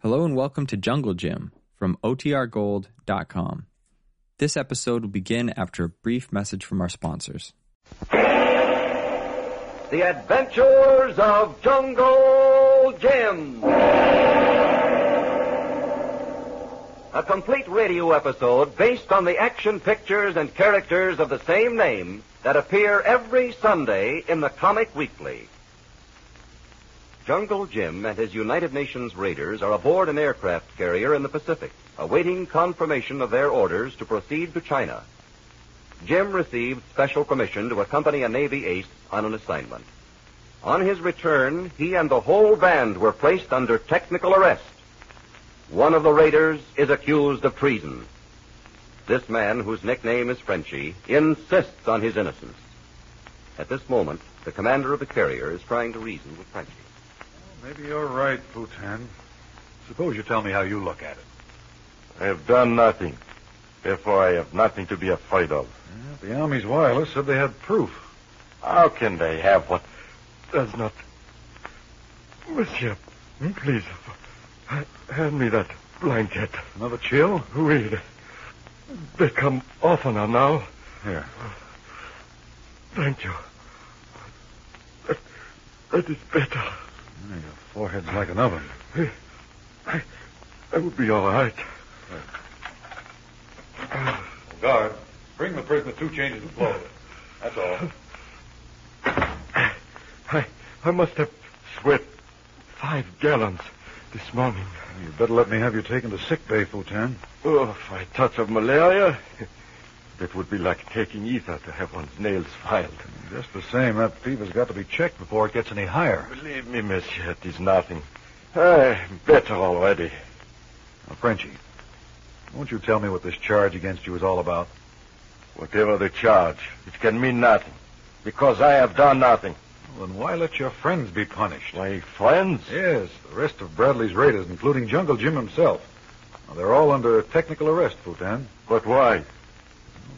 Hello and welcome to Jungle Gym from OTRGold.com. This episode will begin after a brief message from our sponsors. The Adventures of Jungle Jim. A complete radio episode based on the action pictures and characters of the same name that appear every Sunday in the Comic Weekly. Jungle Jim and his United Nations raiders are aboard an aircraft carrier in the Pacific, awaiting confirmation of their orders to proceed to China. Jim received special permission to accompany a Navy ace on an assignment. On his return, he and the whole band were placed under technical arrest. One of the raiders is accused of treason. This man, whose nickname is Frenchy, insists on his innocence. At this moment, the commander of the carrier is trying to reason with Frenchy. Maybe you're right, Bhutan. Suppose you tell me how you look at it. I have done nothing. Therefore, I have nothing to be afraid of. the Army's wireless said they had proof. How can they have what does not? Monsieur, please, hand me that blanket. Another chill? Read. They come oftener now. Here. Thank you. That, that is better. Your forehead's like an oven. I, I, I will be all right. Guard, bring the prisoner two changes of clothes. That's all. I, I must have sweat five gallons this morning. You better let me have you taken to sick bay, Bhutan. Oh, if I touch of malaria, that would be like taking ether to have one's nails filed. Just the same, that fever's got to be checked before it gets any higher. Believe me, monsieur, it is nothing. I'm better already. Now, Frenchie, won't you tell me what this charge against you is all about? Whatever the charge, it can mean nothing. Because I have done nothing. Well, then why let your friends be punished? My friends? Yes, the rest of Bradley's raiders, including Jungle Jim himself. Now, they're all under technical arrest, Bhutan. But why?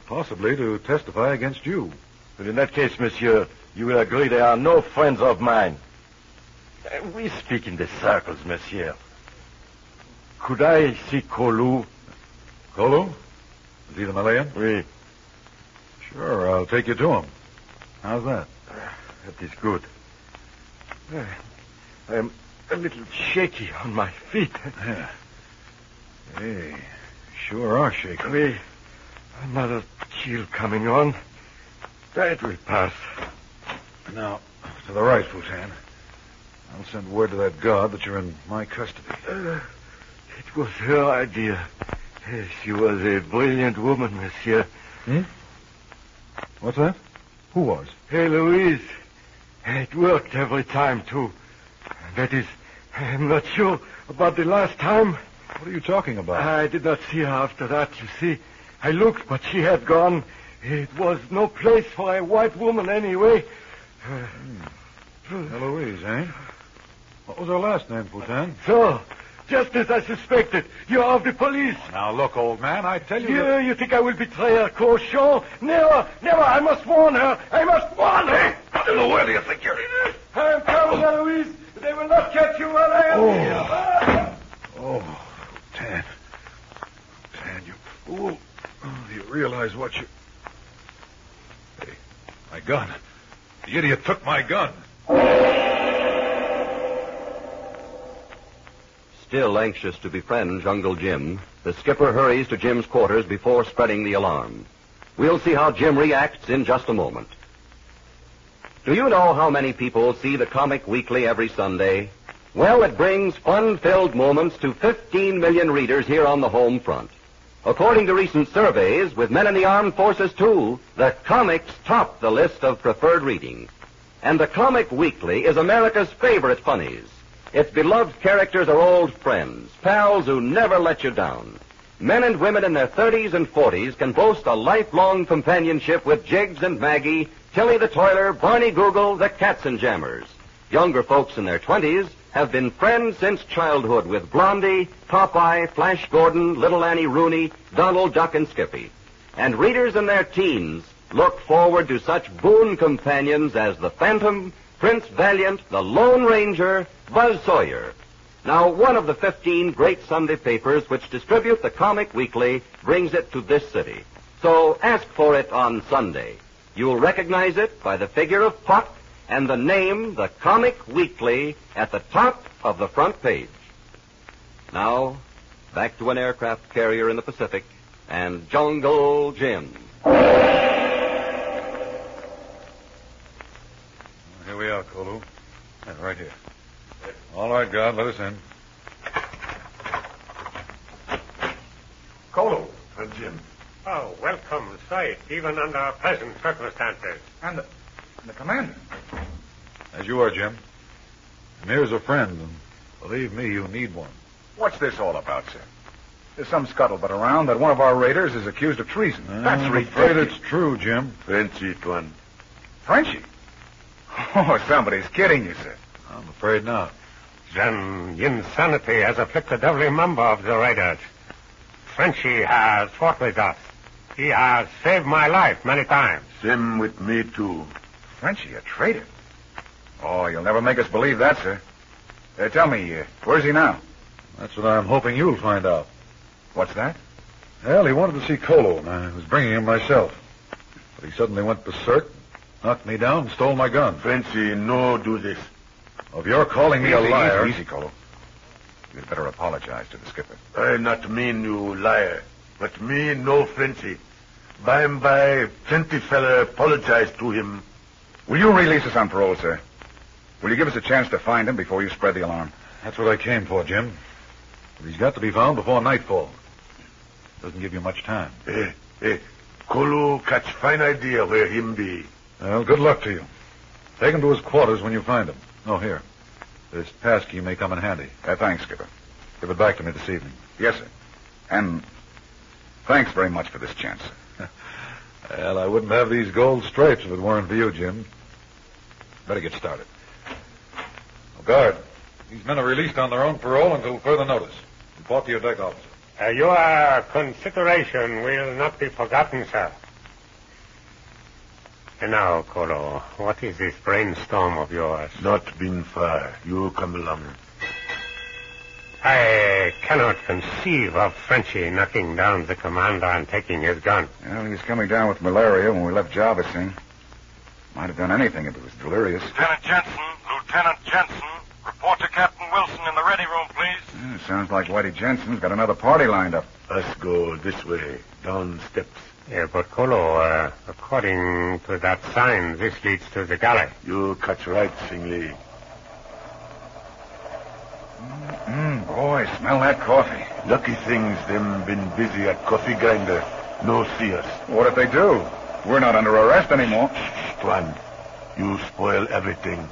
Possibly to testify against you. But in that case, monsieur, you will agree they are no friends of mine. Uh, We speak in the circles, monsieur. Could I see Kolu? Kolu? Is he the Malayan? Oui, Sure, I'll take you to him. How's that? that is good. Uh, I'm a little shaky on my feet. Yeah. Hey, sure are shaking. We another chill coming on. That will pass. Now, to the right, Futan. I'll send word to that guard that you're in my custody. Uh, it was her idea. Uh, She was a brilliant woman, monsieur. Hmm? What's that? Who was? Hey, Louise. It worked every time, too. That is, I'm not sure about the last time. What are you talking about? I did not see her after that, you see. I looked, but she had gone. It was no place for a white woman anyway. Eloise, eh? What was her last name, Futan? So, just as I suspected, you are of the police. Now, look, old man, I tell you... You, you think I will betray her, Cochon? Never, never. I must warn her. I must warn her. where do you think you're... I am coming, Eloise. They will not catch you while I am Oh. here. Oh, Tan. Tan, you fool. Oh, do you realize what you. Hey, my gun. The idiot took my gun. Still anxious to befriend Jungle Jim, the skipper hurries to Jim's quarters before spreading the alarm. We'll see how Jim reacts in just a moment. Do you know how many people see the comic weekly every Sunday? Well, it brings fun-filled moments to 15 million readers here on the home front. According to recent surveys, with men in the armed forces too, the comics top the list of preferred reading. And the Comic Weekly is America's favorite funnies. Its beloved characters are old friends, pals who never let you down. Men and women in their 30s and 40s can boast a lifelong companionship with Jiggs and Maggie, Tilly the Toiler, Barney Google, the Cats and Jammers. Younger folks in their 20s have been friends since childhood with Blondie, Popeye, Flash Gordon, Little Annie Rooney, Donald Duck, and Skippy. And readers in their teens look forward to such boon companions as the Phantom, Prince Valiant, the Lone Ranger, Buzz Sawyer. Now, one of the 15 great Sunday papers which distribute the comic weekly brings it to this city. So ask for it on Sunday. You'll recognize it by the figure of Puck and the name, the Comic Weekly, at the top of the front page. Now, back to an aircraft carrier in the Pacific and Jungle Jim. Here we are, Kolu. Yeah, right here. All right, guard, let us in. Kolo. And Jim. Oh, welcome sight, even under our present circumstances. And the, and the commander. As you are, Jim. And here's a friend, and believe me, you need one. What's this all about, sir? There's some scuttlebutt around that one of our raiders is accused of treason. That's Uh, I'm afraid ridiculous. it's true, Jim. Fancy it one. Frenchy. Oh, somebody's kidding you, sir. I'm afraid not. Then insanity has afflicted every member of the raiders. Frenchy has fought with us. He has saved my life many times. Same with me, too. Frenchy, a traitor. Oh, you'll never make us believe that, sir. Uh, tell me, uh, where's he now? That's what I'm hoping you'll find out. What's that? Well, he wanted to see Kolo, and I was bringing him myself. But he suddenly went berserk, knocked me down, and stole my gun. Fancy no do this. If you're calling me a Easy, liar, Easy, easy, Kolo. You'd better apologize to the skipper. I not mean you liar, but me no Frenchy. By and by, plenty fella apologize to him. Will you release us on parole, sir? Will you give us a chance to find him before you spread the alarm? that's what I came for, Jim. But he's got to be found before nightfall. Doesn't give you much time. Eh, eh, Kolo catch fine idea where him be. Well, good luck to you. Take him to his quarters when you find him. No, here. This pass key may come in handy. Uh, thanks, skipper. Give it back to me this evening. Yes, sir. And thanks very much for this chance. Well, I wouldn't have these gold stripes if it weren't for you, Jim. Better get started. Oh, guard, these men are released on their own parole until further notice. Report to your deck officer. Uh, your consideration will not be forgotten, sir. And now, Kolo, what is this brainstorm of yours? Not been far. You come along. I cannot conceive of Frenchy knocking down the commander and taking his gun. Well, he was coming down with malaria when we left Jarvising. Might have done anything if it was delirious. Lieutenant Jensen, Lieutenant Jensen, report to Captain Wilson in the ready room, please. Yeah, sounds like Whitey Jensen's got another party lined up. Us go this way, down steps. Yeah, but Kolo, uh, according to that sign, this leads to the galley. You catch right, Singley. Mm, boy, smell that coffee. Lucky things them been busy at coffee grinder. No see us. What if they do? We're not under arrest anymore. Tuan, you spoil everything.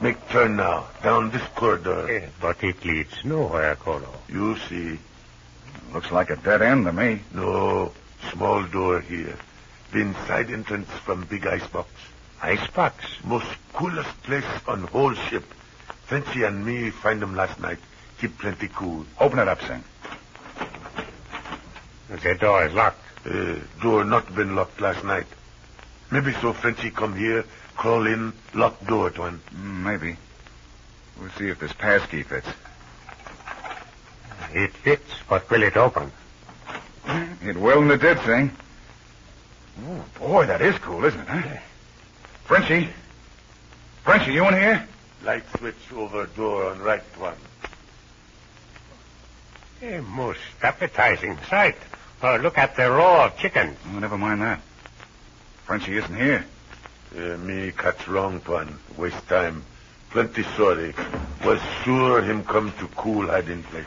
Make turn now, down this corridor. Yeah, Uh, but it leads nowhere, Kolo. You see, Looks like a dead end to me. no small door here. Been side entrance from big icebox. Icebox. Most coolest place on whole ship. Frenchy and me find 'em last night. Keep plenty cool. Open it up, Sing. The door is locked. Uh, door not been locked last night. Maybe so Frenchy come here, crawl in, lock door, Tuan. Mm, maybe. We'll see if this passkey fits. It fits, but will it open? It will and it did, Sing. Oh, boy, that is cool, isn't it, huh? Frenchie? Frenchie, you in here? Light switch over door on right, Tuan. A Uh, most appetizing sight. Oh, look at the row of chickens. Oh, never mind that. Frenchie isn't here. Uh, me catch wrong, Tuan. Waste time. Plenty sorry. Was sure him come to cool hiding place.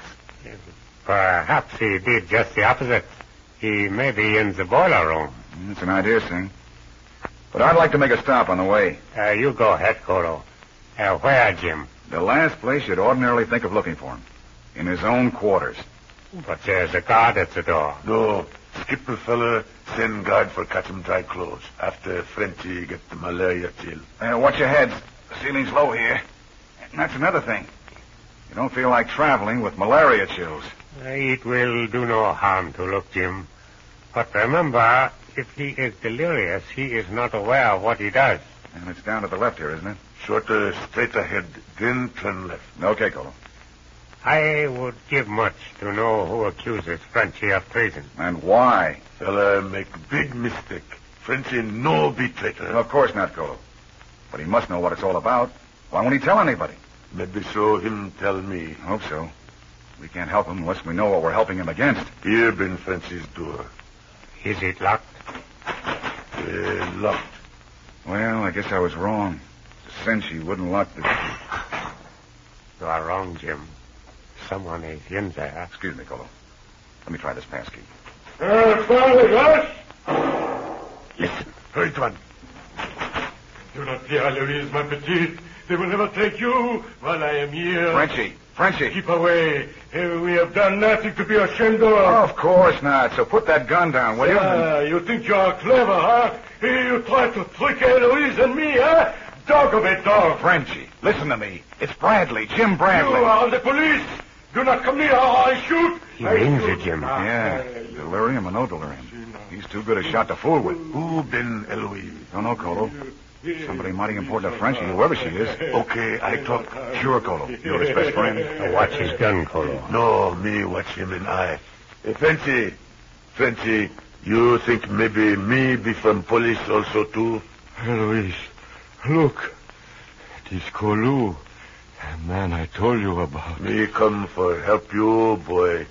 Perhaps he did just the opposite. He may be in the boiler room. That's an idea, Sing. But I'd like to make a stop on the way. Uh, you go ahead, Kolo. Uh, where, Jim? The last place you'd ordinarily think of looking for him. In his own quarters. But there's a guard at the door. No, skip the fella, send guard for catch him dry clothes after Frenchy get the malaria chill. Uh, watch your heads. The ceiling's low here. And that's another thing. You don't feel like traveling with malaria chills. Uh, It will do no harm to look, Jim. But remember, if he is delirious, he is not aware of what he does. And it's down to the left here, isn't it? Shorter straight ahead, then turn left. Okay, Colo. I would give much to know who accuses Frenchy of treason. And why? Fella make big mistake. Frenchy no be traitor. Well, of course not, Golo. But he must know what it's all about. Why won't he tell anybody? Maybe so him tell me. I hope so. We can't help him unless we know what we're helping him against. Here been Frenchy's door. Is it locked? Eh, locked. Well, I guess I was wrong. Senshi wouldn't lock the... You are wrong, Jim. Someone is in there. Excuse me, Golo. Let me try this passkey. Uh, Listen. Right one. Do not fear, Louise, my petite. They will never take you while I am here. Frenchie! Frenchie! Keep away. Eh, We have done nothing to be ashamed of. Oh, of course not. So put that gun down, will you? Ah, you think you are clever, huh? Eh, You try to trick Eloise and me, huh? Dog of a dog. Uh, Frenchie, listen to me. It's Bradley, Jim You Bradley. are the police. Do not come near or I shoot. He I means shoot. it, Jim. Ah, Yeah, eh, you- delirium or no delirium. He's too good a shot to fool with. Who been Eloise? Don't know, Colo. Somebody mighty important to Frenchie, whoever she is. Okay, I talk. Sure, Colo. You're his best friend. Watch his gun, Colo. No, me watch him and I. Eh, Frenchy, Frenchy, you think maybe me be from police also too? Eloise, look. It is Kolu, a man I told you about. Me come for help you, boy.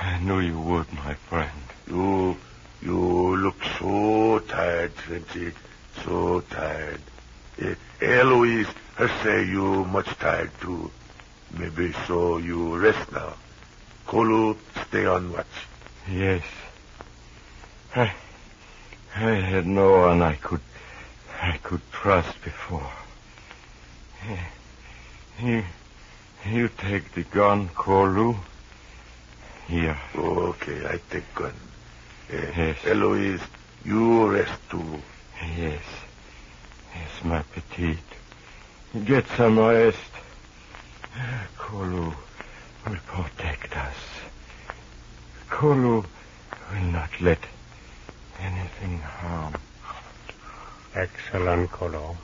I knew you would, my friend. You, you look so tired, Frenchy, so tired. Eh, Eloise, her say you much tired too. Maybe so you rest now. Kolo, stay on watch. Yes. I, I had no one I could, I could trust before. Eh, You, you take the gun, Kolu. Here. Okay, I take gun. Eh, Yes. Eloise, you rest too. Yes. Yes, my petite. Get some rest. Kolu will protect us. Kolu will not let anything harm. Excellent, Colo.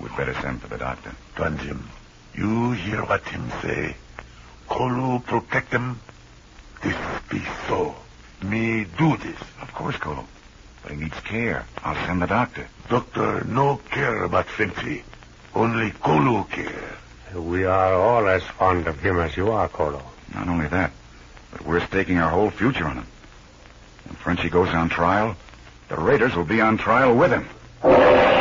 We'd better send for the doctor. Panjim, you hear what him say. Kolu protect him. This be so. Me do this. Of course, Colo. But he needs care. I'll send the doctor. Doctor no care about Finchi. Only Kolu care. We are all as fond of him as you are, Colo. Not only that, but we're staking our whole future on him. When Frenchie goes on trial, the raiders will be on trial with him.